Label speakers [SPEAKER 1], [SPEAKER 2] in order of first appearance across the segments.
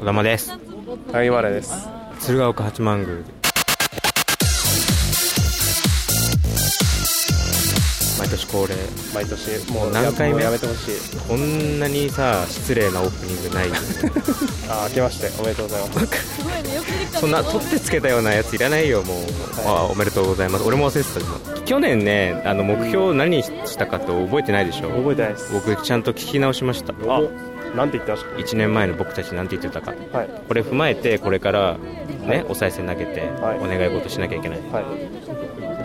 [SPEAKER 1] 児玉です
[SPEAKER 2] 萩原です
[SPEAKER 1] 鶴岡八幡宮毎年恒例
[SPEAKER 2] 毎年も
[SPEAKER 1] もう
[SPEAKER 2] う
[SPEAKER 1] 何回目
[SPEAKER 2] やめてほしい
[SPEAKER 1] こんなにさ失礼なオープニングないよね
[SPEAKER 2] あ明けましておめでとうございます
[SPEAKER 3] すごいねよくできた
[SPEAKER 1] そんな取ってつけたようなやついらないよもう、あおめでとうございます俺も忘れてた今去年ねあの目標何したかって 覚えてないでしょ
[SPEAKER 2] 覚えてないです
[SPEAKER 1] 僕ちゃんと聞き直しました
[SPEAKER 2] あなんて言ってまし
[SPEAKER 1] 1年前の僕たちなんて言ってたか
[SPEAKER 2] たはい
[SPEAKER 1] これ踏まえてこれからねお賽銭投げて
[SPEAKER 2] はい
[SPEAKER 1] お願い事しなきゃいけない
[SPEAKER 2] はい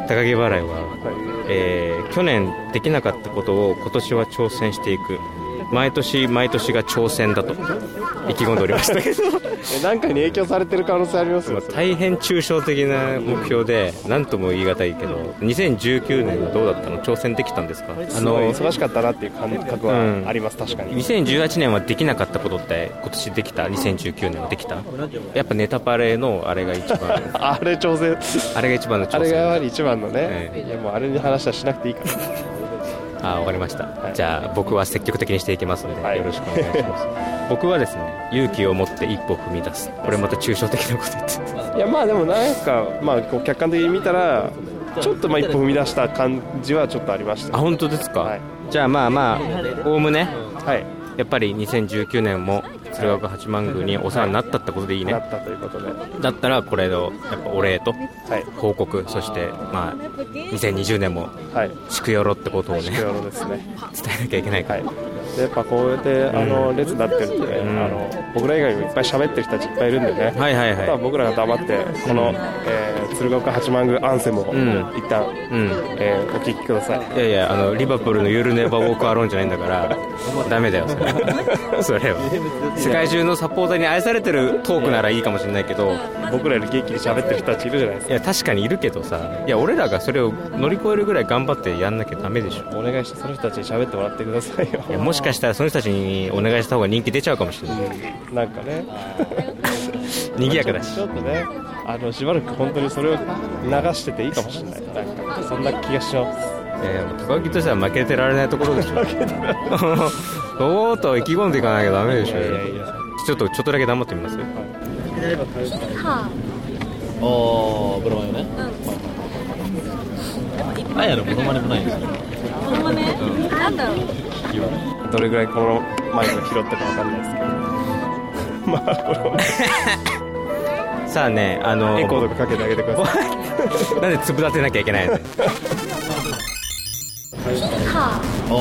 [SPEAKER 1] 高木払いは、
[SPEAKER 2] は
[SPEAKER 1] えー去年できなかったことを今年は挑戦していく毎年毎年が挑戦だと意気込んでおりましたけ ど
[SPEAKER 2] いえなんかに影響されてる可能性ありますよそれ
[SPEAKER 1] 大変抽象的な目標で何とも言い難いけど2019年はどうだったの挑戦できたんですかあ
[SPEAKER 2] すごい
[SPEAKER 1] の
[SPEAKER 2] 忙しかったなっていう感覚
[SPEAKER 1] うん
[SPEAKER 2] はあります確かに
[SPEAKER 1] 2018年はできなかったことって今年できた2019年はできたやっぱネタパレのあれが一 番
[SPEAKER 2] あれ挑戦
[SPEAKER 1] あれが一番の挑
[SPEAKER 2] あ
[SPEAKER 1] 戦
[SPEAKER 2] れがやはり一番のね、
[SPEAKER 1] え
[SPEAKER 2] いやもうあれに話はしなくていいから
[SPEAKER 1] あわかりました、
[SPEAKER 2] い
[SPEAKER 1] じゃあ僕は積極的にしていきますので、
[SPEAKER 2] はい
[SPEAKER 1] よろしくお願いします 僕はですね勇気を持って一歩踏み出すこれまた抽象的なこと言って る
[SPEAKER 2] いやまあでもなんか、まあ、こう客観的に見たらちょっとまあ一歩踏み出した感じはちょっとありました
[SPEAKER 1] あ本当ですか、
[SPEAKER 2] はい
[SPEAKER 1] じゃあまあまあおおむね
[SPEAKER 2] はい
[SPEAKER 1] やっぱり2019年も鶴岡八幡宮にお世話になったってことでいい
[SPEAKER 2] な
[SPEAKER 1] ね
[SPEAKER 2] ったということでは
[SPEAKER 1] だったらこれをやっぱお礼と
[SPEAKER 2] い
[SPEAKER 1] 報告そしてまあ2020年も
[SPEAKER 2] はい
[SPEAKER 1] 祝よろってことをね
[SPEAKER 2] ということですね
[SPEAKER 1] 伝えなきゃいけないか
[SPEAKER 2] は
[SPEAKER 1] ら、
[SPEAKER 2] い、でやっぱこうやってあの
[SPEAKER 1] うん
[SPEAKER 2] 列になってるんで、ね
[SPEAKER 1] ん
[SPEAKER 2] あの僕ら以外にもいっぱい喋ってる人たちいっぱいいるんでね、
[SPEAKER 1] はい、はい
[SPEAKER 2] た
[SPEAKER 1] はい
[SPEAKER 2] だ僕らが黙ってこの、
[SPEAKER 1] うん
[SPEAKER 2] えー鶴岡八幡宮アンセムを
[SPEAKER 1] ん
[SPEAKER 2] 一旦、
[SPEAKER 1] うん
[SPEAKER 2] えーお聞きください
[SPEAKER 1] いやいやあのリバプールの「ゆるネバウォークアローン」じゃないんだからダメだよそれは それは世界中のサポーターに愛されてるトークならいいかもしれないけど
[SPEAKER 2] 僕らより元気に喋ってる人たちいるじゃないです
[SPEAKER 1] いや確かにいるけどさいや俺らがそれを乗り越えるぐらい頑張ってやんなきゃダメでしょ
[SPEAKER 2] かお願いしてその人たちに喋ってもらってくださいよ
[SPEAKER 1] いやもしかしたらその人たちにお願いした方が人気出ちゃうかもしれない
[SPEAKER 2] なんかね
[SPEAKER 1] 賑やかだし
[SPEAKER 2] ちょっとねあのしばらく本当にそれを流してていいかもしれないなんかそんな気がします
[SPEAKER 1] いやいや高木としては負けてられないところでし ょそうと意気込んでいかなきゃダメでしょ
[SPEAKER 2] いやいや
[SPEAKER 1] ちょっとちょっとだけ頑張ってみます
[SPEAKER 4] ああブロマネね、あやのブロマネもないですね
[SPEAKER 3] このねなんだろう
[SPEAKER 2] どれぐらいこのマイクを拾ったかわかんないですけど まあこれを
[SPEAKER 1] さあねあの
[SPEAKER 2] エコーとかかけてあげてください
[SPEAKER 1] なんでつぶ立てなきゃいけないの
[SPEAKER 4] ああブ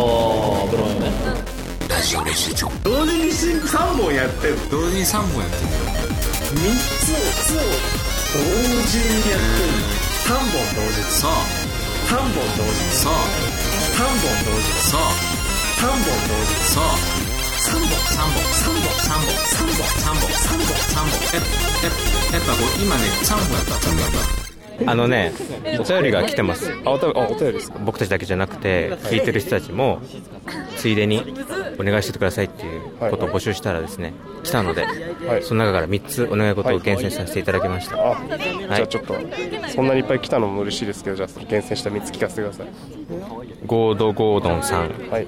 [SPEAKER 4] ロマネね
[SPEAKER 1] あのね、お便りが来てます。
[SPEAKER 2] あお便りあお便りです
[SPEAKER 1] 僕たちだけじゃなくて、聞いてる人たちも、ついでにお願いしててくださいっていうことを募集したらですね、来たので、
[SPEAKER 2] い
[SPEAKER 1] その中から3つお願い事を厳選させていただきました。
[SPEAKER 2] あ、じゃあちょっとそんなにいっぱい来たのも嬉しいですけどじゃあ厳選した3つ聞かせてください
[SPEAKER 1] ゴードゴードンさん、
[SPEAKER 2] はい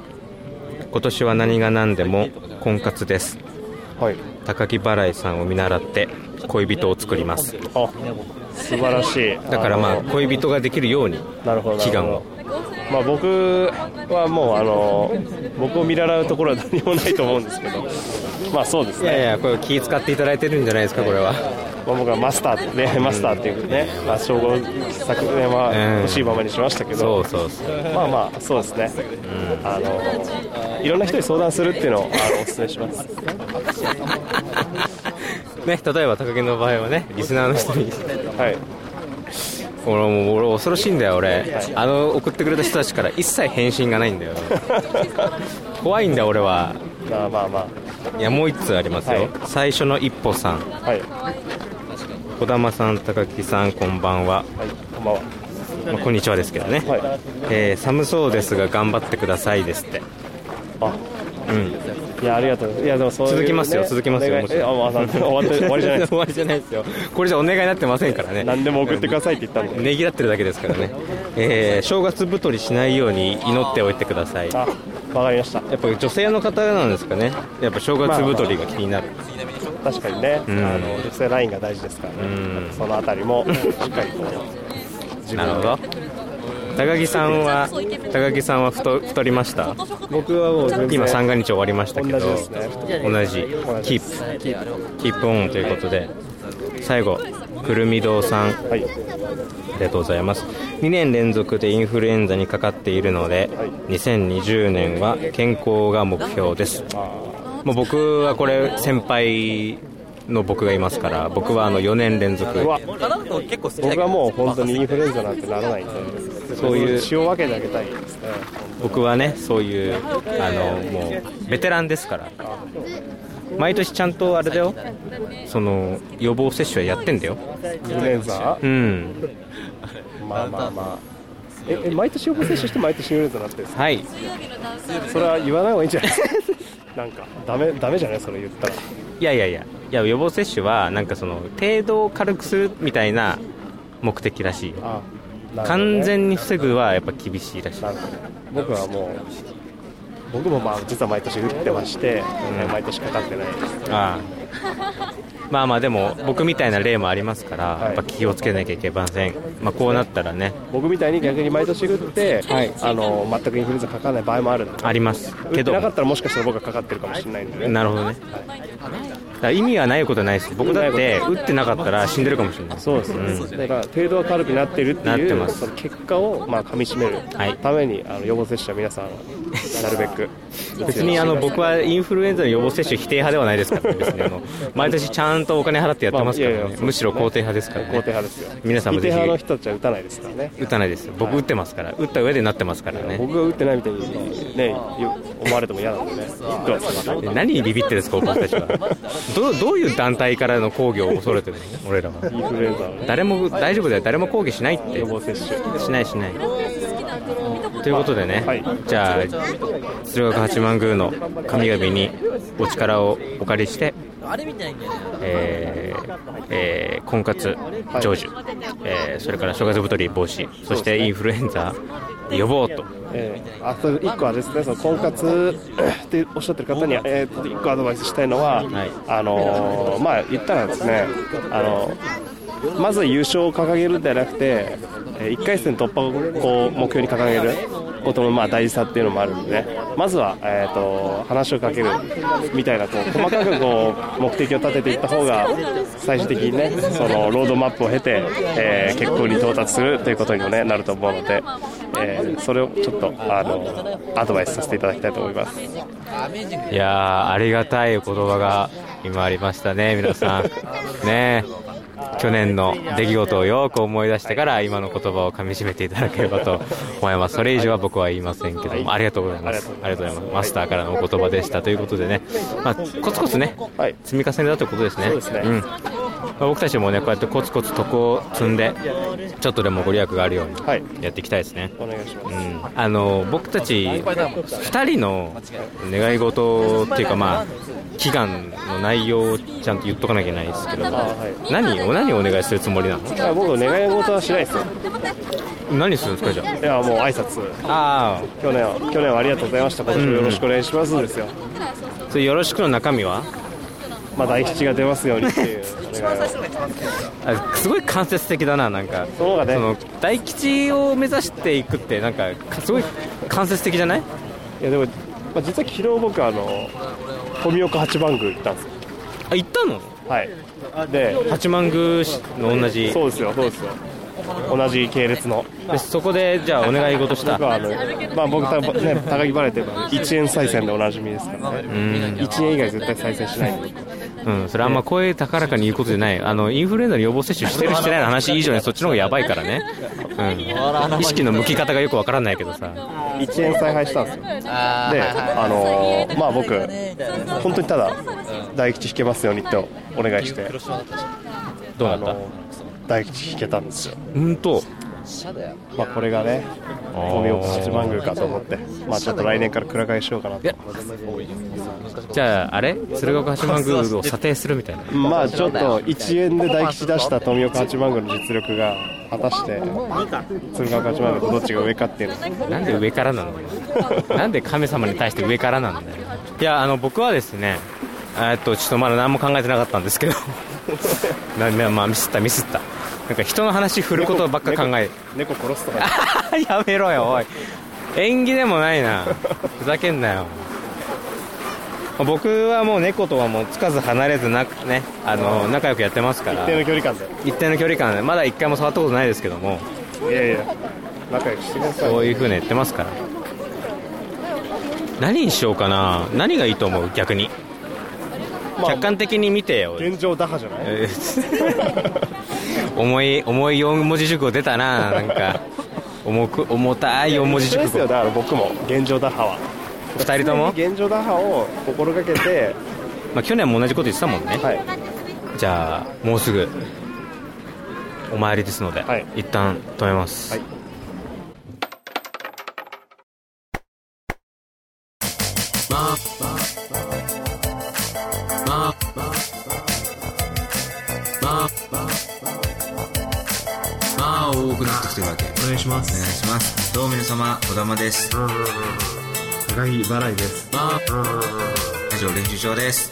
[SPEAKER 1] 今年は何が何でも婚活です。
[SPEAKER 2] はい
[SPEAKER 1] 高木払いさんを見習って恋人を作ります。
[SPEAKER 2] あ素晴らしい
[SPEAKER 1] だからまあ
[SPEAKER 2] の
[SPEAKER 1] 恋人ができるように
[SPEAKER 2] なるほど
[SPEAKER 1] 祈願
[SPEAKER 2] なる
[SPEAKER 1] を
[SPEAKER 2] ほ。どまあ僕はもうあの僕を見習うところは何もないと思うんですけどまあそうです
[SPEAKER 1] いやい
[SPEAKER 2] ね、
[SPEAKER 1] や、これ気使っていただいてるんじゃないですか、これは。
[SPEAKER 2] まあ、僕はマスターねマスターっていうね、まあ、称号昨年は欲しいままにしましたけ
[SPEAKER 1] そ
[SPEAKER 2] ど
[SPEAKER 1] う、そうそう。
[SPEAKER 2] まあまあそうですね、あのいろんな人に相談するっていうのをあのお勧めします
[SPEAKER 1] ね、例えば高木の場合はねリスナーの人に
[SPEAKER 2] はい
[SPEAKER 1] 俺もう俺恐ろしいんだよ俺、あの送ってくれた人たちから一切返信がないんだよ怖いんだ俺は
[SPEAKER 2] まあまあま
[SPEAKER 1] いやもう一通ありますよ、
[SPEAKER 2] はい
[SPEAKER 1] 最初の一歩さん
[SPEAKER 2] あはい
[SPEAKER 1] 児玉さん高木さんこんばんは、
[SPEAKER 2] はい、こんばんは。
[SPEAKER 1] まあこんにちはですけどね、
[SPEAKER 2] はい。
[SPEAKER 1] えー寒そうですが頑張ってくださいですって
[SPEAKER 2] あ、
[SPEAKER 1] うん
[SPEAKER 2] いや、ありがとうございます。いや、でも、そういう、ね。
[SPEAKER 1] 続きますよ続きますよ
[SPEAKER 2] お願い
[SPEAKER 1] もち
[SPEAKER 2] え、あ、
[SPEAKER 1] ろ
[SPEAKER 2] まあ、なん終わって、終わりじゃないです。
[SPEAKER 1] 終わりじゃないですよこれじゃお願いになってませんからね
[SPEAKER 2] 何でも送ってくださいって言ったんで。
[SPEAKER 1] ねぎらってるだけですからね、えー正月太りしないように祈っておいてください
[SPEAKER 2] あ、わかりました。
[SPEAKER 1] やっぱり女性の方なんですかねやっぱ正月太りが気になる、
[SPEAKER 2] 確かにね、
[SPEAKER 1] ん
[SPEAKER 2] あの女性ラインが大事ですからね、
[SPEAKER 1] うん
[SPEAKER 2] そのあたりもしっかりこう自
[SPEAKER 1] なるほ
[SPEAKER 2] 分
[SPEAKER 1] ど高木さんは高木さんは太太りました
[SPEAKER 2] 僕はもう全然
[SPEAKER 1] 今三が日終わりましたけど
[SPEAKER 2] 同じですね
[SPEAKER 1] 同じキープキープオンということで最後くるみ堂さんあ
[SPEAKER 2] はい
[SPEAKER 1] りがとうございます2年連続でインフルエンザにかかっているので2020年は健康が目標ですもう僕はこれ先輩の僕がいますから僕はあの4年連続
[SPEAKER 2] うわ
[SPEAKER 5] あなたの結構好きだけ
[SPEAKER 2] 僕
[SPEAKER 5] ど
[SPEAKER 2] はもう本当にインフルエンザなんてならないんで
[SPEAKER 1] そういう
[SPEAKER 2] 血を分けてあげたいですね
[SPEAKER 1] 僕はねそういうあのもうベテランですから毎年ちゃんとあれだよその予防接種はやってんだよ
[SPEAKER 2] インフルエンザ
[SPEAKER 1] うん
[SPEAKER 2] まあまあまあええ毎年予防接種して毎年インフルエンザになってるんですか
[SPEAKER 1] はい
[SPEAKER 2] それは言わない方がいいん じゃないですかなんかダメダメじゃないそれ言ったら
[SPEAKER 1] いやいやいやいや予防接種はなんかその程度を軽くするみたいな目的らしいよ
[SPEAKER 2] あなるほどね
[SPEAKER 1] 完全に防ぐはやっぱ厳しいらしい
[SPEAKER 2] なんか僕はもう僕もまあ実は毎年打ってまして、毎年かかってないです
[SPEAKER 1] ああまあまあでも僕みたいな例もありますからやっぱ気をつけなきゃいけません、まあ、こうなったらね
[SPEAKER 2] 僕みたいに逆に毎年打って、あの全くインフルエンザかからない場合もあるので
[SPEAKER 1] あります
[SPEAKER 2] 打
[SPEAKER 1] け
[SPEAKER 2] って
[SPEAKER 1] ど
[SPEAKER 2] なかったらもしかしたら僕がかかってるかもしれないんでね
[SPEAKER 1] なるほどね、だから意味はないことはないです僕だって打ってなかったら死んでるかもしれない
[SPEAKER 2] そうですね、
[SPEAKER 1] ん
[SPEAKER 2] だから程度は軽くなってるって
[SPEAKER 1] なっ
[SPEAKER 2] い
[SPEAKER 1] て
[SPEAKER 2] う
[SPEAKER 1] ます
[SPEAKER 2] その結果をまあ噛みしめる
[SPEAKER 1] はい
[SPEAKER 2] ために、あの予防接種は皆さんはなるべく
[SPEAKER 1] 別にあの僕はインフルエンザの予防接種否定派ではないですから別にあ の毎年ちゃんとお金払ってやってますから
[SPEAKER 2] まあいやい
[SPEAKER 1] ね
[SPEAKER 2] や
[SPEAKER 1] むしろ肯定派ですから
[SPEAKER 2] 肯定
[SPEAKER 1] ね
[SPEAKER 2] 派ですよ
[SPEAKER 1] 皆さんも
[SPEAKER 2] 否
[SPEAKER 1] ぜ
[SPEAKER 2] 定
[SPEAKER 1] ひ
[SPEAKER 2] 派の人たちは打たないですからね
[SPEAKER 1] 打たないですよ僕打ってますから打った上でなってますからね
[SPEAKER 2] 僕が打ってないみたいにねよ思われても嫌なんでねどうですか
[SPEAKER 1] で何にビビってるんですか僕たちはどうどういう団体からの抗議を恐れてるの俺らは
[SPEAKER 2] インフルエンザのね
[SPEAKER 1] 誰も大丈夫だよ誰も抗議しないって
[SPEAKER 2] 予防接種
[SPEAKER 1] しないしないということでね、
[SPEAKER 2] はい
[SPEAKER 1] じゃあ鶴岡八幡宮の神々にお力をお借りして、
[SPEAKER 5] あれみたいな
[SPEAKER 1] えーえー婚活成就、えーそれから正月太り防止そしてインフルエンザ予防と
[SPEAKER 2] えー、あと1個はですねその婚活 っておっしゃってる方に、えー、と1個アドバイスしたいのは、
[SPEAKER 1] はい
[SPEAKER 2] あのーまあ言ったらですね、あのまず優勝を掲げるんじゃなくて、え1回戦突破をこう目標に掲げることのまあ大事さっていうのもあるんでねまずは、えー、と話をかけるみたいなこう細かくこう 目的を立てていった方が最終的にねそのロードマップを経て、えー結婚に到達するということにも、ね、なると思うので、えーそれをちょっとあのアドバイスさせていただきたいと思います。
[SPEAKER 1] いやーありがたいお言葉が今ありましたね皆 さんねえ去年の出来事をよく思い出してから今の言葉をかみしめていただければと思いますそれ以上は僕は言いませんけどもありがとうございますありがとうございますマスターからのお言葉でしたということでね、まあ、コツコツね
[SPEAKER 2] はい
[SPEAKER 1] 積み重ねだということですね
[SPEAKER 2] そうですね
[SPEAKER 1] んまあ僕たちもねこうやってコツコツ徳を積んでちょっとでもご利益があるように
[SPEAKER 2] はい
[SPEAKER 1] やっていきたいですね、
[SPEAKER 2] お願いします
[SPEAKER 1] うんあの僕たち2人の願い事っていうかまあ祈願の内容をちゃんと言っとかなきゃいけないですけど
[SPEAKER 2] あはい
[SPEAKER 1] 何を何をお願いするつもりなの
[SPEAKER 2] いや僕願い事はしないですよ
[SPEAKER 1] 何するんですかじゃ
[SPEAKER 2] いやもう挨拶
[SPEAKER 1] ああ
[SPEAKER 2] 去年は去年はありがとうございました今年もよろしくお願いしますですよ、
[SPEAKER 1] それよろしくの中身は
[SPEAKER 2] まあ大吉が出ますようにっていうお願いを
[SPEAKER 1] あすごい間接的だななんか
[SPEAKER 2] そうだね
[SPEAKER 1] の大吉を目指していくってなんかかすごい間接的じゃない
[SPEAKER 2] いやでも、まあ、実は昨日僕あの富岡八幡宮行ったんですよ
[SPEAKER 1] あ行ったの
[SPEAKER 2] はいで
[SPEAKER 1] 八幡宮市の同じ
[SPEAKER 2] そうですよそうですよ同じ系列の
[SPEAKER 1] でそこでじゃあお願い事した
[SPEAKER 2] 僕はあの、まあ、僕た、ね、高木バレーって1円再選でおなじみですからね
[SPEAKER 1] うん
[SPEAKER 2] 1円以外絶対再選しないんで
[SPEAKER 1] うん、それあんま声高らかに言うことじゃない、あのインフルエンザの予防接種してる、してないの話以上にそっちの方がやばいからね、うん、意識の向き方がよくわからないけどさ、
[SPEAKER 2] 1円再配したんですよ
[SPEAKER 5] あ
[SPEAKER 2] で
[SPEAKER 5] ーはい
[SPEAKER 2] あのまあ僕
[SPEAKER 5] はいみたいな
[SPEAKER 2] 本当にただ大吉引けますようにってお願いして
[SPEAKER 1] どう
[SPEAKER 2] あ
[SPEAKER 1] だった
[SPEAKER 2] の大吉引けたんですよ
[SPEAKER 1] うんと、
[SPEAKER 2] まあこれがね富岡八幡宮かと思ってまあちょっと来年から暗返しようかなと
[SPEAKER 1] じゃあ、あれ、鶴岡八幡宮を査定するみ たいな、
[SPEAKER 2] まあちょっと1円で大吉出した富岡八幡宮の実力が果たして鶴岡八幡宮とどっちが上かっていうの
[SPEAKER 1] なんで上からなのなんで神様に対して上からなんだよ、いや、あの僕はですね、えっとちょっとまだ何も考えてなかったんです けどななまあミスったミスったなんか人の話振ることばっか考え
[SPEAKER 2] 猫猫殺すとか
[SPEAKER 1] やめろよおい縁起でもないなふざけんなよ僕はもう猫とはもうつかず離れずなねあの仲良くやってますから
[SPEAKER 2] 一定の距離感で
[SPEAKER 1] 一定の距離感でまだ一回も触ったことないですけども
[SPEAKER 2] いやいや仲良くしてください
[SPEAKER 1] そういう風に言ってますから何にしようかな何がいいと思う逆に
[SPEAKER 2] まあ
[SPEAKER 1] 客観的に見てよ
[SPEAKER 2] 現状打破じゃない
[SPEAKER 1] えー 重い重い4文字熟語出たななんか重く重たい4文字
[SPEAKER 2] 一緒
[SPEAKER 1] 熟
[SPEAKER 2] です
[SPEAKER 1] 語
[SPEAKER 2] よだから僕も現状打破は
[SPEAKER 1] 2人とも、
[SPEAKER 2] 現状打破を心がけて
[SPEAKER 1] まあ、去年も同じこと言ってたもんね、
[SPEAKER 2] はい
[SPEAKER 1] じゃあもうすぐお参りですので、
[SPEAKER 2] はい
[SPEAKER 1] 一旦止めます、
[SPEAKER 2] はい
[SPEAKER 6] まあ多くなってきてるわけお願いしますお願いしますどうも皆様児玉です高木払いですラジオ練習場です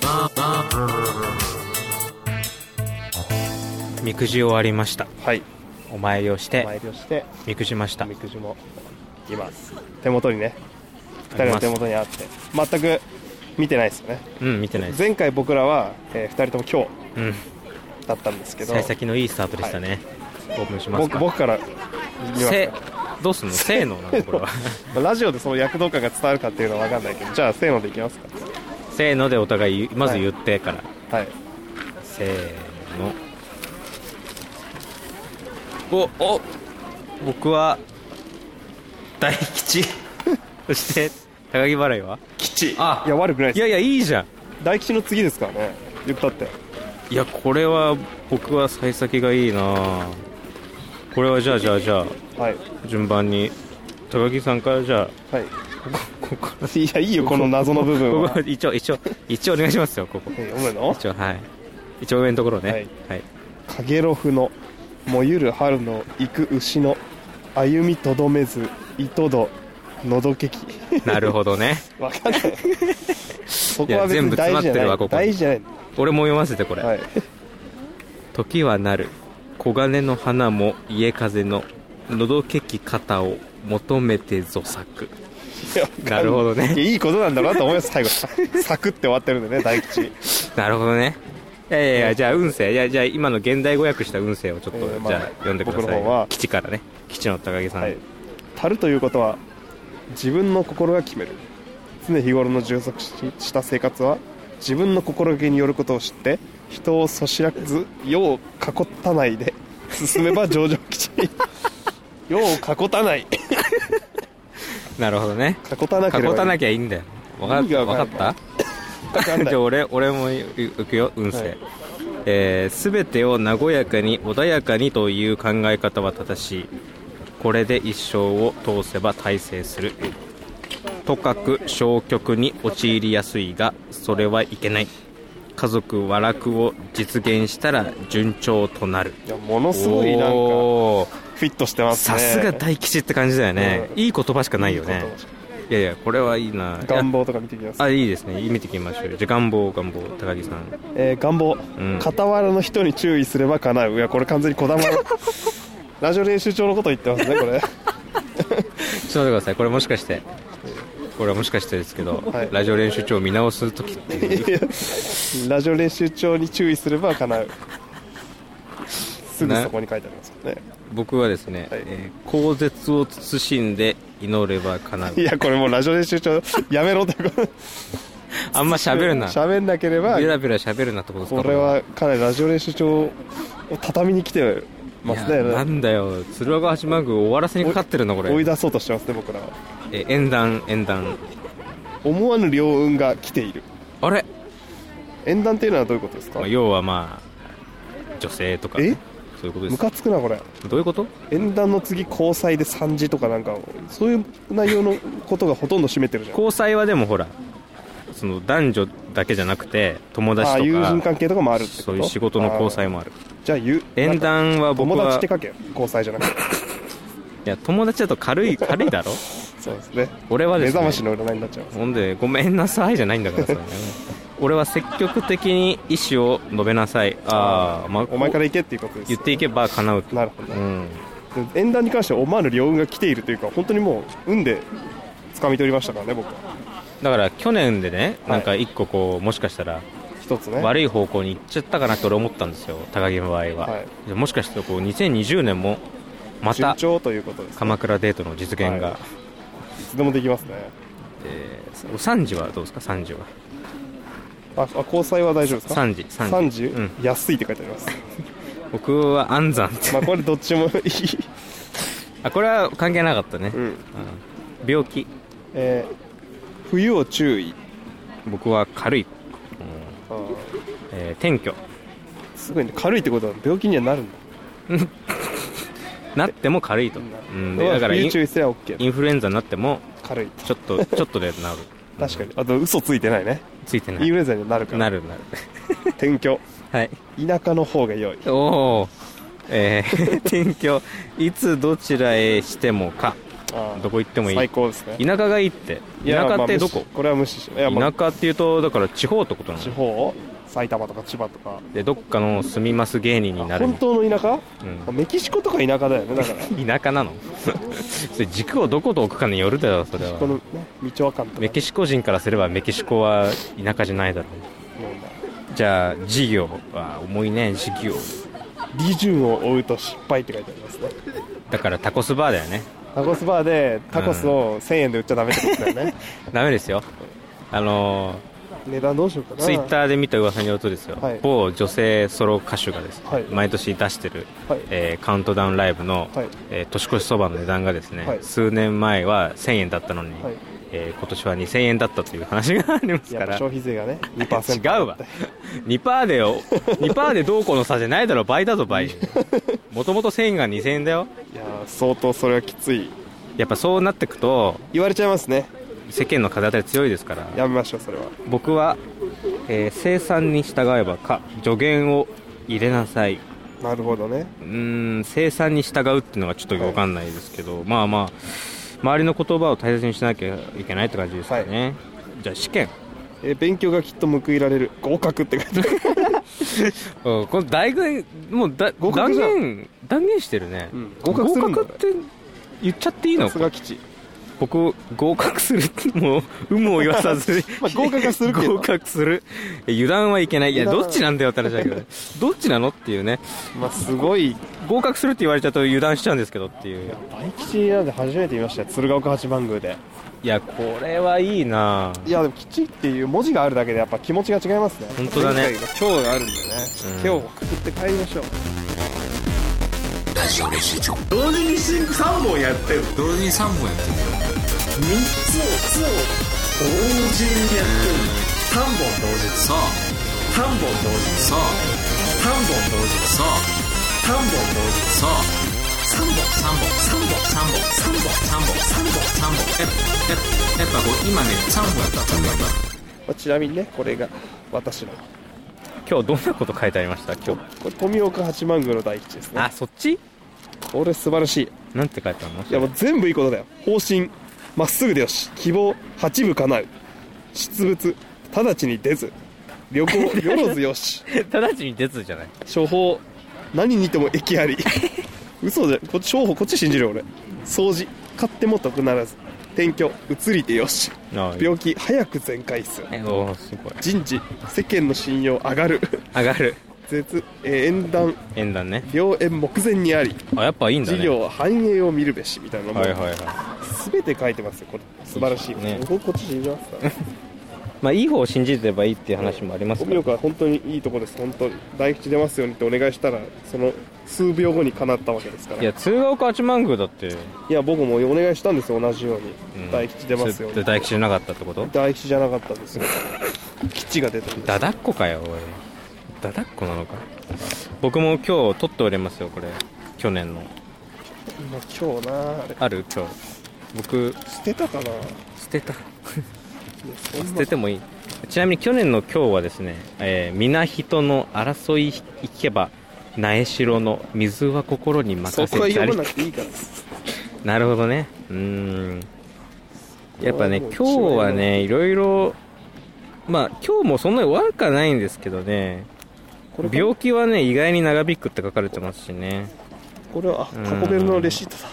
[SPEAKER 1] みくじを終わりました
[SPEAKER 2] はい
[SPEAKER 1] お参りをし
[SPEAKER 2] お
[SPEAKER 1] て
[SPEAKER 2] 参りをして
[SPEAKER 1] みくじました
[SPEAKER 2] おみくじも今手元にね2人の手元にあって全く見てないですよね
[SPEAKER 1] うん見てないです
[SPEAKER 2] 前回僕らは、え2人とも今
[SPEAKER 1] うん
[SPEAKER 2] 日だったんですけど
[SPEAKER 1] 幸先のいいスタートでしたね、オープンします
[SPEAKER 2] 僕
[SPEAKER 1] か
[SPEAKER 2] 僕から見ます
[SPEAKER 1] せ
[SPEAKER 2] か
[SPEAKER 1] どうすんのせーのなのこれ は
[SPEAKER 2] まあラジオでその躍動感が伝わるかっていうのは分かんないけどじゃあせーのでいきますか
[SPEAKER 1] せーのでお互い言うまず言ってから、
[SPEAKER 2] はい
[SPEAKER 1] せーのおお僕は大 吉そして高木払いは吉あ
[SPEAKER 2] いや悪くない
[SPEAKER 1] い
[SPEAKER 2] で
[SPEAKER 1] や
[SPEAKER 2] す
[SPEAKER 1] いやいいじゃん
[SPEAKER 2] 大吉の次ですからね言ったって
[SPEAKER 1] いやこれは僕は幸先がいいなこれはじゃあじゃあじゃあ
[SPEAKER 2] はい
[SPEAKER 1] 順番に高木さんからじゃあ
[SPEAKER 2] はい
[SPEAKER 1] ここ
[SPEAKER 2] いやいいよこの謎の部分
[SPEAKER 1] こ
[SPEAKER 2] は
[SPEAKER 1] こ 一応一応一応お願いしますよここ
[SPEAKER 2] え読むの
[SPEAKER 1] 一応はい一応上のところね
[SPEAKER 2] はい
[SPEAKER 1] はい
[SPEAKER 2] かげろふのもゆる春の行く牛の歩みとどめず糸どのどけき
[SPEAKER 1] なるほどね
[SPEAKER 2] わかんないそこ
[SPEAKER 1] いや
[SPEAKER 2] は別
[SPEAKER 1] 全部
[SPEAKER 2] に大
[SPEAKER 1] 詰まっ
[SPEAKER 2] 事じ
[SPEAKER 1] て
[SPEAKER 2] ゃな
[SPEAKER 1] るわこ
[SPEAKER 2] い
[SPEAKER 1] こに
[SPEAKER 2] 大事じゃない
[SPEAKER 1] 俺も読ませてこれ、
[SPEAKER 2] はい
[SPEAKER 1] 時はなる黄金の花も家風ののどけき方を求めてぞ作
[SPEAKER 2] いやわかん
[SPEAKER 1] なるほどね
[SPEAKER 2] いやいいことなんだろうなと思います最後サクって終わってるんでね 大吉
[SPEAKER 1] なるほどねいやいやいやじゃあ運勢いやじゃあ今の現代語訳した運勢をちょっと、
[SPEAKER 2] えーまあ
[SPEAKER 1] じゃあ読んでくだ
[SPEAKER 2] 僕
[SPEAKER 1] さ
[SPEAKER 2] の方はい
[SPEAKER 1] 基地からね基地の高木さん、
[SPEAKER 2] はい、足るということは自分の心が決める常日頃の充足しした生活は自分の心がけによることを知って人をそしらず世を囲ったないで進めば上場基地に世を囲たない
[SPEAKER 1] なるほどね
[SPEAKER 2] 囲たなけ
[SPEAKER 1] 囲
[SPEAKER 2] ればいい
[SPEAKER 1] たなきゃいいんだよわかっ
[SPEAKER 2] 意味が
[SPEAKER 1] た
[SPEAKER 2] わか
[SPEAKER 1] わ
[SPEAKER 2] ん
[SPEAKER 1] か
[SPEAKER 2] な
[SPEAKER 1] っ
[SPEAKER 2] い
[SPEAKER 1] た
[SPEAKER 2] かんな い
[SPEAKER 1] じゃあ俺俺も行くよ運勢、
[SPEAKER 2] はい
[SPEAKER 1] えー、全てを和やかに穏やかにという考え方は正しいこれで一生を通せば大成するとかく消極に陥りやすいがそれはいけない家族和楽を実現したら順調となる
[SPEAKER 2] いやものすごいなんか
[SPEAKER 1] おー
[SPEAKER 2] フィットしてます
[SPEAKER 1] さ
[SPEAKER 2] ね
[SPEAKER 1] すが大吉って感じだよね、
[SPEAKER 2] うん
[SPEAKER 1] いい言葉しかないよねいやいやこれはいいないや
[SPEAKER 2] 願望とか見てきます、
[SPEAKER 1] あいいですね見ていきましょうじゃあ願望願望高木さん
[SPEAKER 2] えー願望、
[SPEAKER 1] うん
[SPEAKER 2] 傍らの人に注意すれば叶ういやこれ完全にこだま のラジオ練習帳のこと言ってますねこ
[SPEAKER 1] ちょ
[SPEAKER 2] れ
[SPEAKER 1] っと待ってくださいこれもしかしてこれはもしかしてですけど、
[SPEAKER 2] はい
[SPEAKER 1] ラジオ練習帳を見直す時っていう
[SPEAKER 2] いやラジオ練習帳に注意すれば叶うすぐそこに書いてありますもんね
[SPEAKER 1] 僕はですね、
[SPEAKER 2] はい
[SPEAKER 1] えー口舌を慎んで祈れば叶う
[SPEAKER 2] いやこれもうラジオ練習帳やめろってこと
[SPEAKER 1] あんま喋るな
[SPEAKER 2] 喋んなければ
[SPEAKER 1] ベラベラ喋るなってことですか
[SPEAKER 2] これはかなりラジオ練習帳を畳に来て
[SPEAKER 1] こ
[SPEAKER 2] ま
[SPEAKER 1] れ
[SPEAKER 2] す
[SPEAKER 1] はいやな
[SPEAKER 2] ね
[SPEAKER 1] んだよ鶴岡八幡宮終わらせにかかってるなこれ
[SPEAKER 2] 追い出そうとしてますね僕らは
[SPEAKER 1] えー縁談縁談
[SPEAKER 2] 思わぬ良運が来ている
[SPEAKER 1] あれ、
[SPEAKER 2] 縁談っていうのはどういうことですか
[SPEAKER 1] まあ、要はまあ女性とかね、
[SPEAKER 2] え
[SPEAKER 1] そういうことで
[SPEAKER 2] ム
[SPEAKER 1] すか
[SPEAKER 2] カつくなこれ
[SPEAKER 1] どういうこと
[SPEAKER 2] 縁談の次交際で3字とかなんかそういう内容のことがほとんど占めてるじゃん
[SPEAKER 1] 交際はでもほらその男女だけじゃなくて友達
[SPEAKER 2] あ
[SPEAKER 1] と
[SPEAKER 2] あ
[SPEAKER 1] か
[SPEAKER 2] 友人関係とかもあるってこと
[SPEAKER 1] そういう仕事の交際
[SPEAKER 2] も
[SPEAKER 1] もある
[SPEAKER 2] じゃあ言う
[SPEAKER 1] 縁談は僕
[SPEAKER 2] 友達
[SPEAKER 1] は
[SPEAKER 2] って書けよ交際じゃなくて
[SPEAKER 1] いや友達だと軽 い軽いだろ
[SPEAKER 2] そうですね
[SPEAKER 1] 俺は
[SPEAKER 2] 目
[SPEAKER 1] ですね
[SPEAKER 2] 覚ましの占いになっちゃいます
[SPEAKER 1] ほんでごめんなさいじゃないんだからさ俺は積極的に意思を述べなさいああまあ
[SPEAKER 2] お前か
[SPEAKER 1] こ
[SPEAKER 2] ら行けっていうことで
[SPEAKER 1] う
[SPEAKER 2] す
[SPEAKER 1] 言っていけば叶うと
[SPEAKER 2] なるほど
[SPEAKER 1] うん
[SPEAKER 2] で演壇に関しては思わぬ両運が来ているというか本当にもう運で掴み取りましたからね僕は
[SPEAKER 1] だから去年でね
[SPEAKER 2] はい
[SPEAKER 1] なんか一個こうもしかしたら
[SPEAKER 2] 一つね
[SPEAKER 1] 悪い方向に行っちゃったかなと俺思ったんですよ高木の場合は、
[SPEAKER 2] は
[SPEAKER 1] もしかしたらこう2020年もまた
[SPEAKER 2] 順調ということです
[SPEAKER 1] 鎌倉デートの実現が、
[SPEAKER 2] はいいつでもできますね
[SPEAKER 1] えー3時はどうですか3時は
[SPEAKER 2] ああ交際は大丈夫ですか
[SPEAKER 1] 3時3
[SPEAKER 2] 30
[SPEAKER 1] 時うん、
[SPEAKER 2] 安いって書いてあります
[SPEAKER 1] 僕は安産って
[SPEAKER 2] まあこれどっ ちもいい、
[SPEAKER 1] あこれは関係なかったね、
[SPEAKER 2] うん
[SPEAKER 1] うん病気
[SPEAKER 2] えー冬を注意
[SPEAKER 1] 僕は軽い、
[SPEAKER 2] あー
[SPEAKER 1] えー転居
[SPEAKER 2] すごいね軽いってことは病気にはなるんだ
[SPEAKER 1] なっても軽いと、うん、でだからイ
[SPEAKER 2] 冬
[SPEAKER 1] ン
[SPEAKER 2] 注意すれば OK
[SPEAKER 1] インフルエンザになっても
[SPEAKER 2] 軽い
[SPEAKER 1] ちょっとちょっとで治る
[SPEAKER 2] 確かにあと嘘ついてないね
[SPEAKER 1] ついてな
[SPEAKER 2] イン
[SPEAKER 1] い
[SPEAKER 2] フルエンザにはなるから
[SPEAKER 1] なるな る
[SPEAKER 2] 転居
[SPEAKER 1] はい
[SPEAKER 2] 田舎の方が良い
[SPEAKER 1] おおえー、 転居いつどちらへしてもか
[SPEAKER 2] あー
[SPEAKER 1] どこ行ってもいい
[SPEAKER 2] 最高ですね
[SPEAKER 1] 田舎がいいって
[SPEAKER 2] いや
[SPEAKER 1] 田舎って
[SPEAKER 2] ま
[SPEAKER 1] どこ
[SPEAKER 2] あ無視、これは無視しいや、まあ、
[SPEAKER 1] 田舎っていうとだから地方ってことな
[SPEAKER 2] 地
[SPEAKER 1] の
[SPEAKER 2] 方埼玉とか千葉とか
[SPEAKER 1] でどっかの住みます芸人になるみ
[SPEAKER 2] 本当の田舎、
[SPEAKER 1] うん
[SPEAKER 2] あメキシコとか田舎だよねだから
[SPEAKER 1] 田舎な のそれ軸をどこと置くかによるだろそれは
[SPEAKER 2] この、ね、道わかんとか
[SPEAKER 1] メキシコ人からすればメキシコは田舎じゃないだろ
[SPEAKER 2] もうな
[SPEAKER 1] うじゃあ事業は重いね事業
[SPEAKER 2] 利潤を追うと失敗って書いてありますね
[SPEAKER 1] だからタコスバーだよね
[SPEAKER 2] タコスバーでタコスを1000円で売っちゃダメってことだよ ね
[SPEAKER 1] ダメですよあの
[SPEAKER 2] 値段どうしようかな
[SPEAKER 1] ツイッターで見た噂によるとですよ、
[SPEAKER 2] はい
[SPEAKER 1] 某女性ソロ歌手がですね、
[SPEAKER 2] はい
[SPEAKER 1] 毎年出してる、
[SPEAKER 2] はい
[SPEAKER 1] えーカウントダウンライブの、
[SPEAKER 2] はい
[SPEAKER 1] えー年越しそばの値段がですね、
[SPEAKER 2] はい
[SPEAKER 1] 数年前は1000円だったのに、
[SPEAKER 2] はい
[SPEAKER 1] えー今年は2000円だったという話があります
[SPEAKER 2] や
[SPEAKER 1] か
[SPEAKER 2] っぱ
[SPEAKER 1] ら
[SPEAKER 2] 消費税がね2%
[SPEAKER 1] 違うわ2%でよ2%でどうこうの差じゃないだろ倍だぞ 倍もともと1000円が2000円だよ
[SPEAKER 2] いやー相当それはきつい
[SPEAKER 1] やっぱそうなってくと
[SPEAKER 2] 言われちゃいますね
[SPEAKER 1] 世間の風当たり強いですから
[SPEAKER 2] やめましょうそれは
[SPEAKER 1] 僕は、えー生産に従えばか助言を入れなさい
[SPEAKER 2] なるほどね
[SPEAKER 1] うーん生産に従うっていうのがちょっとよくわかんないですけど、まあまあ周りの言葉を大切にしなきゃいけないって感じですかね、じゃあ試験
[SPEAKER 2] えー勉強がきっと報いられる合格って書いてある
[SPEAKER 1] うんこの大学もうだ
[SPEAKER 2] 合
[SPEAKER 1] 断
[SPEAKER 2] 格じゃん
[SPEAKER 1] 言断言してるね、
[SPEAKER 2] うん合格するんだ
[SPEAKER 1] 合格って言っちゃっていいの
[SPEAKER 2] さすが基地
[SPEAKER 1] 僕合格するもう有無を言わさず
[SPEAKER 2] まあ合格はするけど
[SPEAKER 1] 合格する油断はいけないいや
[SPEAKER 2] 油断
[SPEAKER 1] ど
[SPEAKER 2] は
[SPEAKER 1] っちなんだよって話だけ どどっちなのっていうね
[SPEAKER 2] まあすごい
[SPEAKER 1] 合格するって言われちゃうと油断しちゃうんですけどっていう
[SPEAKER 2] 大吉なんで初めて見ましたよ鶴岡八幡宮で
[SPEAKER 1] いやこれはいいない
[SPEAKER 2] やでも吉っていう文字があるだけでやっぱ気持ちが違いますね
[SPEAKER 1] 本当だね
[SPEAKER 2] 前回が今日があるんでね、
[SPEAKER 1] うん
[SPEAKER 2] 今日をくくって帰りましょう
[SPEAKER 6] 同時に3本やってる3本同時そう3本同時そう3本同時そう3本3本3本3本3本3本3本3本やっぱやっぱやっぱこう今ね3本やった3本やった
[SPEAKER 2] まあちなみにねこれが私の
[SPEAKER 1] 今日どんなこと書いてありました今日
[SPEAKER 2] これ富岡八幡宮の大吉ですね
[SPEAKER 1] あそっち
[SPEAKER 2] これ素晴らしい
[SPEAKER 1] なんて書いてあるの
[SPEAKER 2] いやもう全部いいことだよ方針まっすぐでよし希望八分叶う出物直ちに出ず旅行よろずよし
[SPEAKER 1] 直ちに出ずじゃない
[SPEAKER 2] 処方何にても益 あり嘘じゃこっち処方こっち信じるよ俺掃除買っても得ならず転居移りてよし
[SPEAKER 1] あ
[SPEAKER 2] 病気早く全開す
[SPEAKER 1] えおーすごい
[SPEAKER 2] 人事世間の信用上がる
[SPEAKER 1] 上がる
[SPEAKER 2] 絶えー縁談
[SPEAKER 1] 縁談ね
[SPEAKER 2] 良縁目前にあり
[SPEAKER 1] あやっぱいいんだ
[SPEAKER 2] 事
[SPEAKER 1] ね
[SPEAKER 2] 業繁栄を見るべしみたいなのも
[SPEAKER 1] はいはいはい
[SPEAKER 2] 全て書いてますよこれ素晴らしい
[SPEAKER 1] ね
[SPEAKER 2] 僕こっち信じますから
[SPEAKER 1] まあ、いい方を信じてればいいっていう話もあります
[SPEAKER 2] ゴ
[SPEAKER 1] か
[SPEAKER 2] ミ
[SPEAKER 1] ら
[SPEAKER 2] 力は本当にいいとこです本当に大吉出ますようにってお願いしたらその数秒後に叶ったわけですから
[SPEAKER 1] いや鶴岡八幡宮だって
[SPEAKER 2] いや僕もお願いしたんですよ同じように、
[SPEAKER 1] うん
[SPEAKER 2] 大吉出ますよう
[SPEAKER 1] それ
[SPEAKER 2] に
[SPEAKER 1] 大吉じゃなかったってこと
[SPEAKER 2] 大吉じゃなかったんですよ吉が出たんです
[SPEAKER 1] だだっこかよおいだだっこなのか僕も今日取っておりますよこれ去年の
[SPEAKER 2] まあ今日なあれ
[SPEAKER 1] ある今日僕
[SPEAKER 2] 捨てたかないや
[SPEAKER 1] 捨てた
[SPEAKER 2] そん
[SPEAKER 1] 捨
[SPEAKER 2] な
[SPEAKER 1] ててもいいちなみに去年の今日はですね「えー皆人の争い行けば苗代の水は心に任せ
[SPEAKER 2] そこは
[SPEAKER 1] た
[SPEAKER 2] 読
[SPEAKER 1] り
[SPEAKER 2] まなくていいから
[SPEAKER 1] なるほどねうーんやっぱね
[SPEAKER 2] もう
[SPEAKER 1] 今日はねいろいろまあ今日もそんなに悪くはないんですけどね病気はね意外に長引くって書かれてますしね
[SPEAKER 2] これはあタコベルのレシートだ、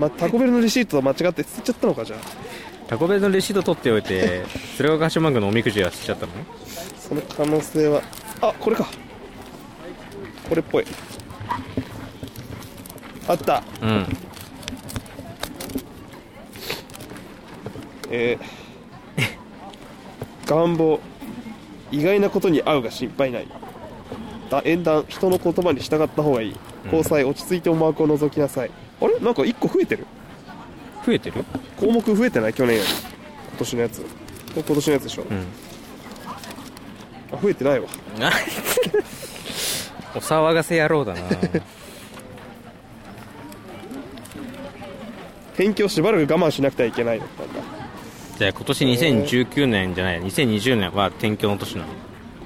[SPEAKER 2] ま、タコベルのレシートと間違って捨てちゃったのかじゃあ
[SPEAKER 1] タコベルのレシート取っておい て鶴岡ショマングのおみくじはしちゃったの
[SPEAKER 2] その可能性はあこれかこれっぽいあった
[SPEAKER 1] うん
[SPEAKER 2] えー願望意外なことに合うが心配ないだ縁談人の言葉に従った方がいい交際落ち着いて思惑を覗きなさい、あれなんか1個増えてる
[SPEAKER 1] 増えてる
[SPEAKER 2] 項目増えてない去年より今年のやつこれ今年のやつでしょ、
[SPEAKER 1] ん
[SPEAKER 2] あ増えてないわ
[SPEAKER 1] お騒がせ野郎だな
[SPEAKER 2] 返金をしばらく我慢しなくてはいけないだったんだ
[SPEAKER 1] じゃあ今年2019年じゃない2020年は転居の年なの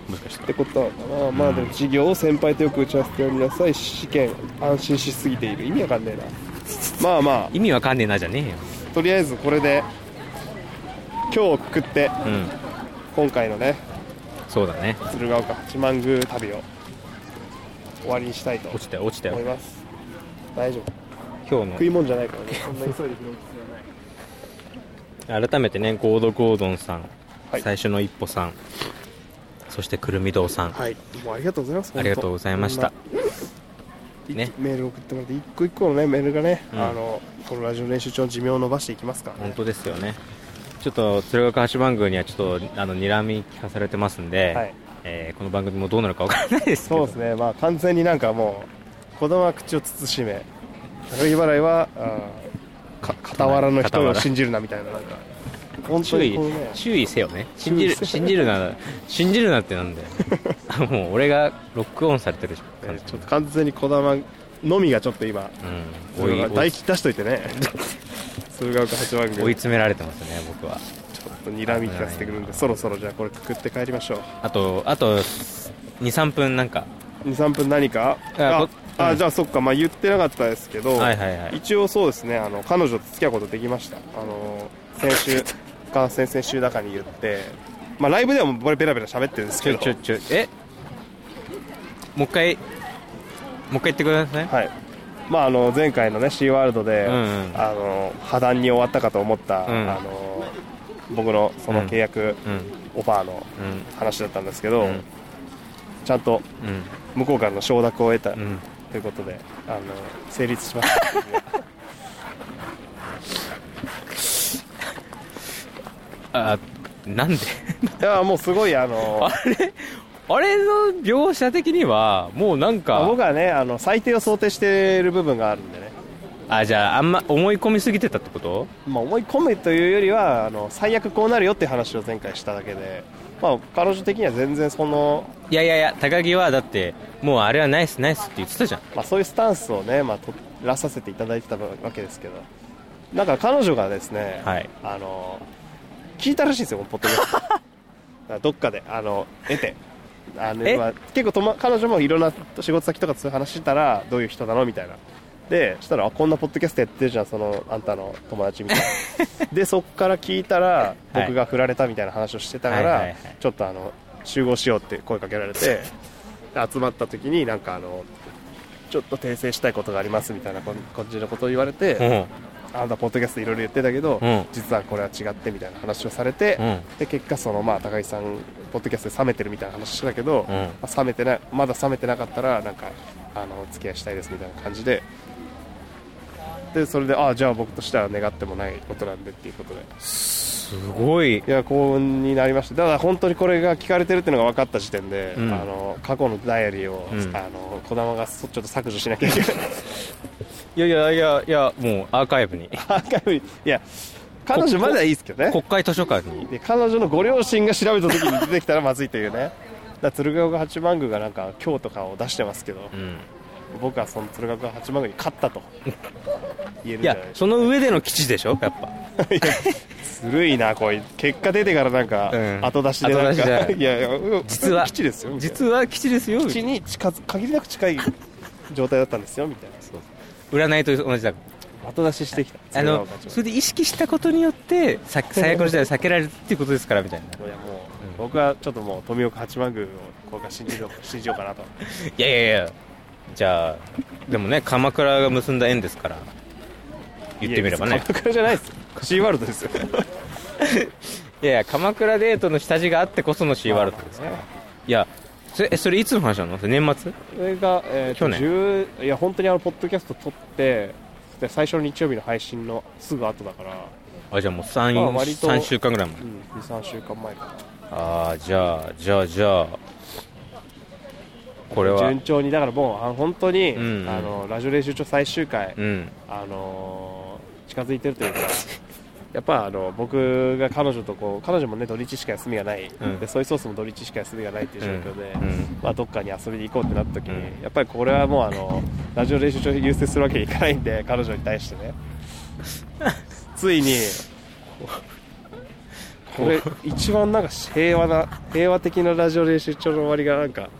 [SPEAKER 1] もしかして
[SPEAKER 2] ってことなのかなまあでも授業を先輩とよく打ち合わせておりなさい試験安心しすぎている意味わかんねえなまあま
[SPEAKER 1] 意味わかんねえなじゃねえよ
[SPEAKER 2] あとりあえずこれで今日をくくって
[SPEAKER 1] うん
[SPEAKER 2] 今回のね
[SPEAKER 1] そうだね
[SPEAKER 2] 鶴岡八幡宮旅を終わりにしたいと
[SPEAKER 1] 落ちたよ落ちたよ
[SPEAKER 2] 思います大丈夫
[SPEAKER 1] 今日の
[SPEAKER 2] 食い物じゃないからねそんな 急いで拾う必要ない
[SPEAKER 1] 改めてねゴード・ゴードンさん、
[SPEAKER 2] はい
[SPEAKER 1] 最初の一歩さんそしてくるみ堂さん、
[SPEAKER 2] はい、もうありがとうございます。
[SPEAKER 1] ありがとうございました
[SPEAKER 2] 本当。
[SPEAKER 1] ね
[SPEAKER 2] ね、メール送ってもらって一個一個のねメールがね、
[SPEAKER 1] うん
[SPEAKER 2] あのこのラジオ練習中の寿命を伸ばしていきますから、ね。
[SPEAKER 1] 本当ですよねちょっと鶴岡八幡宮にはちょっとあの睨み聞かされてますんで、
[SPEAKER 2] はい
[SPEAKER 1] えーこの番組もどうなるかわからないですけ
[SPEAKER 2] そう
[SPEAKER 1] ど
[SPEAKER 2] ですね。まあ完全になんかもう子供は口を慎め、高木払いはあーか傍らの人を信じるなみたいななんか本当
[SPEAKER 1] 注意
[SPEAKER 2] にこのね。
[SPEAKER 1] 注意せよね信じる
[SPEAKER 2] 注意せ
[SPEAKER 1] 信じるな信じるなってなん だよあもう俺がロックオンされてるじ
[SPEAKER 2] え
[SPEAKER 1] ゃん、
[SPEAKER 2] ーちょっと完全に児玉のみがちょっと今
[SPEAKER 1] うん、追い追
[SPEAKER 2] 大
[SPEAKER 1] い
[SPEAKER 2] 吉出しとい てね鶴岡八幡
[SPEAKER 1] 追い
[SPEAKER 2] 宮ち
[SPEAKER 1] 詰められてますね僕は
[SPEAKER 2] ょっと睨み聞かせてくるんでそろそろじゃあこれくくって帰りましょう
[SPEAKER 1] あとあと23分なんか
[SPEAKER 2] 23分何か
[SPEAKER 1] あ
[SPEAKER 2] あ
[SPEAKER 1] こ
[SPEAKER 2] あ
[SPEAKER 1] うん
[SPEAKER 2] じゃあそっか、まあ、言ってなかったですけど、
[SPEAKER 1] はいはいはい
[SPEAKER 2] 一応そうですねあの彼女と付き合うことできましたあの先 週か先々週中に言って、まあ、ライブではもうベラベラ喋ってるんです
[SPEAKER 1] ち
[SPEAKER 2] け
[SPEAKER 1] ょ
[SPEAKER 2] ど
[SPEAKER 1] ちょちょえもう一回もう一回言ってください
[SPEAKER 2] はいまあ、あの前回の、ね、シーワールドで、
[SPEAKER 1] うんうん
[SPEAKER 2] あの破談に終わったかと思った、
[SPEAKER 1] うん
[SPEAKER 2] あの僕のその契約
[SPEAKER 1] うん
[SPEAKER 2] オファーの
[SPEAKER 1] うん
[SPEAKER 2] 話だったんですけど、
[SPEAKER 1] うん
[SPEAKER 2] ちゃんと
[SPEAKER 1] うん
[SPEAKER 2] 向こうからの承諾を得た
[SPEAKER 1] うん
[SPEAKER 2] ということで、あの成立しました
[SPEAKER 1] あなんで
[SPEAKER 2] いやもうすご いあの
[SPEAKER 1] あれの描写的にはもうなん
[SPEAKER 2] まあ
[SPEAKER 1] か
[SPEAKER 2] 僕はねあの最低を想定している部分があるんでね、
[SPEAKER 1] あじゃああんま思い込みすぎてたってこと
[SPEAKER 2] まあ、思い込むというよりはあの最悪こうなるよっていう話を前回しただけで、まあ、彼女的には全然その、
[SPEAKER 1] いやいやいや高木はだってもうあれはナイスナイスって言ってたじゃん
[SPEAKER 2] まあ、そういうスタンスをね、まあ、取らさせていただいてたわけですけどなんか彼女がですね、
[SPEAKER 1] はい
[SPEAKER 2] あの聞いたらしいんですよこのポッドキャストだ からどっかであの得て。あの
[SPEAKER 1] え
[SPEAKER 2] まあ、結構と、ま、彼女もいろんな仕事先とかそういう話したらどういう人なのみたいなでそしたらあこんなポッドキャストやってるじゃんそのあんたの友達みたい なでそっから聞いたら
[SPEAKER 1] はい
[SPEAKER 2] 僕が振られたみたいな話をしてたから、
[SPEAKER 1] はいはいはい
[SPEAKER 2] ちょっとあの集合しようって声かけられてで集まった時になんかあのちょっと訂正したいことがありますみたいなこんこっちのことを言われて、
[SPEAKER 1] うん
[SPEAKER 2] あなたポッドキャストいろいろ言ってたけど、
[SPEAKER 1] うん
[SPEAKER 2] 実はこれは違ってみたいな話をされて、
[SPEAKER 1] うん
[SPEAKER 2] で結果その、まあ、高木さんポッドキャストで冷めてるみたいな話してたけど、
[SPEAKER 1] ん
[SPEAKER 2] まあ冷めてないまだ冷めてなかったらなんかあのお付き合いしたいですみたいな感じででそれでああじゃあ僕としては願ってもないことなんでっていうことです
[SPEAKER 1] ごい
[SPEAKER 2] いや幸運になりましただから本当にこれが聞かれてるっていうのが分かった時点で、
[SPEAKER 1] うん
[SPEAKER 2] あの過去のダイアリーを、
[SPEAKER 1] うん
[SPEAKER 2] あの児玉がそちょっと削除しなきゃいけない
[SPEAKER 1] いやいやいやいやもうアーカイブに
[SPEAKER 2] アーカイブにいや彼女まではいいですけどね
[SPEAKER 1] 国会図書館に
[SPEAKER 2] で彼女のご両親が調べた時に出てきたらまずいというねだから鶴岡八幡宮がなんか今日とかを出してますけど、
[SPEAKER 1] うん
[SPEAKER 2] 僕はその鶴岡八幡宮に勝ったと言えるん
[SPEAKER 1] い
[SPEAKER 2] じゃ
[SPEAKER 1] や
[SPEAKER 2] ないです
[SPEAKER 1] その上での基地でしょやっぱ
[SPEAKER 2] かいやずるいなこい結果出てからなんか
[SPEAKER 1] うん
[SPEAKER 2] 後出しでなん
[SPEAKER 1] 後出しじゃ
[SPEAKER 2] か、
[SPEAKER 1] ない
[SPEAKER 2] いやいや
[SPEAKER 1] 実は
[SPEAKER 2] 基地ですよみたいな
[SPEAKER 1] 実は基地ですよ
[SPEAKER 2] 基地に近づ限りなく近い状態だったんですよみたいな
[SPEAKER 1] 占いと同じだ
[SPEAKER 2] 後出ししてきた
[SPEAKER 1] あのそれで意識したことによってさ最悪の事態を避けられるっていうことですからみたいない
[SPEAKER 2] やもう僕はちょっともう富岡八幡宮をこれから信 じよう信じようかなと
[SPEAKER 1] いやいやいやじゃあでもね鎌倉が結んだ縁ですから言ってみれば
[SPEAKER 2] いや
[SPEAKER 1] ね
[SPEAKER 2] 鎌倉じゃないですシーワールドですよ
[SPEAKER 1] いやいや鎌倉デートの下地があってこそのシーワールドですからいやそれえそれいつの話なのそれ年末
[SPEAKER 2] それが、えーと
[SPEAKER 1] 去年
[SPEAKER 2] 10いや本当にあのポッドキャスト撮ってで最初の日曜日の配信のすぐ後だから、
[SPEAKER 1] あじゃあもう
[SPEAKER 2] まあ
[SPEAKER 1] 3,
[SPEAKER 2] 割と
[SPEAKER 1] 3週間ぐらい前
[SPEAKER 2] うん、23週間前かな
[SPEAKER 1] ああじゃあじゃあじゃあこれは
[SPEAKER 2] 順調にだからもうあ本当に、
[SPEAKER 1] うんうん
[SPEAKER 2] あのラジオ練習場最終回、
[SPEAKER 1] うん
[SPEAKER 2] あのー近づいてるというか やっぱあの僕が彼女とこう彼女もね土日しか休みがない、
[SPEAKER 1] うん
[SPEAKER 2] でソイソースも土日しか休みがないっていう状況で、
[SPEAKER 1] うんうん
[SPEAKER 2] まあ、どっかに遊びに行こうってなった時に、
[SPEAKER 1] うん
[SPEAKER 2] やっぱりこれはもうあのラジオ練習場に優先するわけにいかないんで 彼女に対してねついにこれ一番なんか平和な平和的なラジオ練習場の終わりがなんか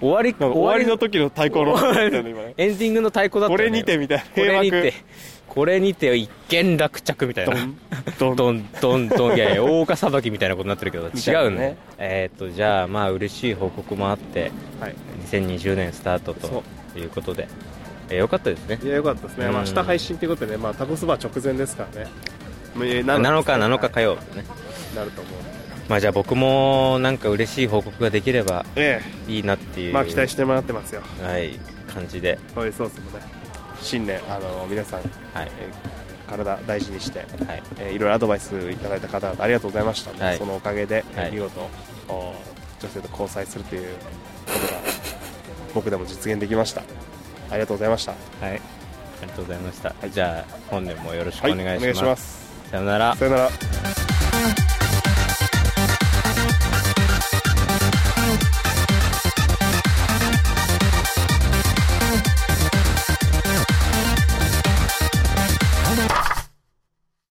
[SPEAKER 1] 終わり
[SPEAKER 2] なんか終わりの時の太鼓の音だったよね今 ね
[SPEAKER 1] エンディングの太鼓だった
[SPEAKER 2] こ
[SPEAKER 1] よね
[SPEAKER 2] れにてみたいな
[SPEAKER 1] これに
[SPEAKER 2] 閉
[SPEAKER 1] て
[SPEAKER 2] 幕
[SPEAKER 1] これにて一件落着みたいな
[SPEAKER 2] ドン
[SPEAKER 1] どんどんどんいやいや大岡さばきみたいなことになってるけど
[SPEAKER 2] みたいな
[SPEAKER 1] 違うね
[SPEAKER 2] ね
[SPEAKER 1] えーっとじゃあまあ嬉しい報告もあって
[SPEAKER 2] はい
[SPEAKER 1] 2020年スタート
[SPEAKER 2] そ
[SPEAKER 1] ということで、えーよかったですね
[SPEAKER 2] いやよかったですね、まあ、明日配信ということでね、まあ、タコスバー直前ですからねもうえーなる
[SPEAKER 1] 7日7日火曜日ね、
[SPEAKER 2] なると思う
[SPEAKER 1] まあじゃあ僕もなんか嬉しい報告ができれば
[SPEAKER 2] え
[SPEAKER 1] いいなってい
[SPEAKER 2] え
[SPEAKER 1] う
[SPEAKER 2] まあ期待してもらってますよ
[SPEAKER 1] はい感じで
[SPEAKER 2] そういうソースもね新年あの皆さん、
[SPEAKER 1] はい
[SPEAKER 2] えー体大事にして、
[SPEAKER 1] はい
[SPEAKER 2] えーいろいろアドバイスいただいた方々ありがとうございました、
[SPEAKER 1] はい
[SPEAKER 2] そのおかげで、えー
[SPEAKER 1] はい
[SPEAKER 2] 見事お女性と交際するということが僕でも実現できましたありがとうございました
[SPEAKER 1] はいありがとうございました、じゃあ本年もよろしくお願いします,、
[SPEAKER 2] はいお願いします
[SPEAKER 1] さよなら
[SPEAKER 2] さよなら
[SPEAKER 1] 「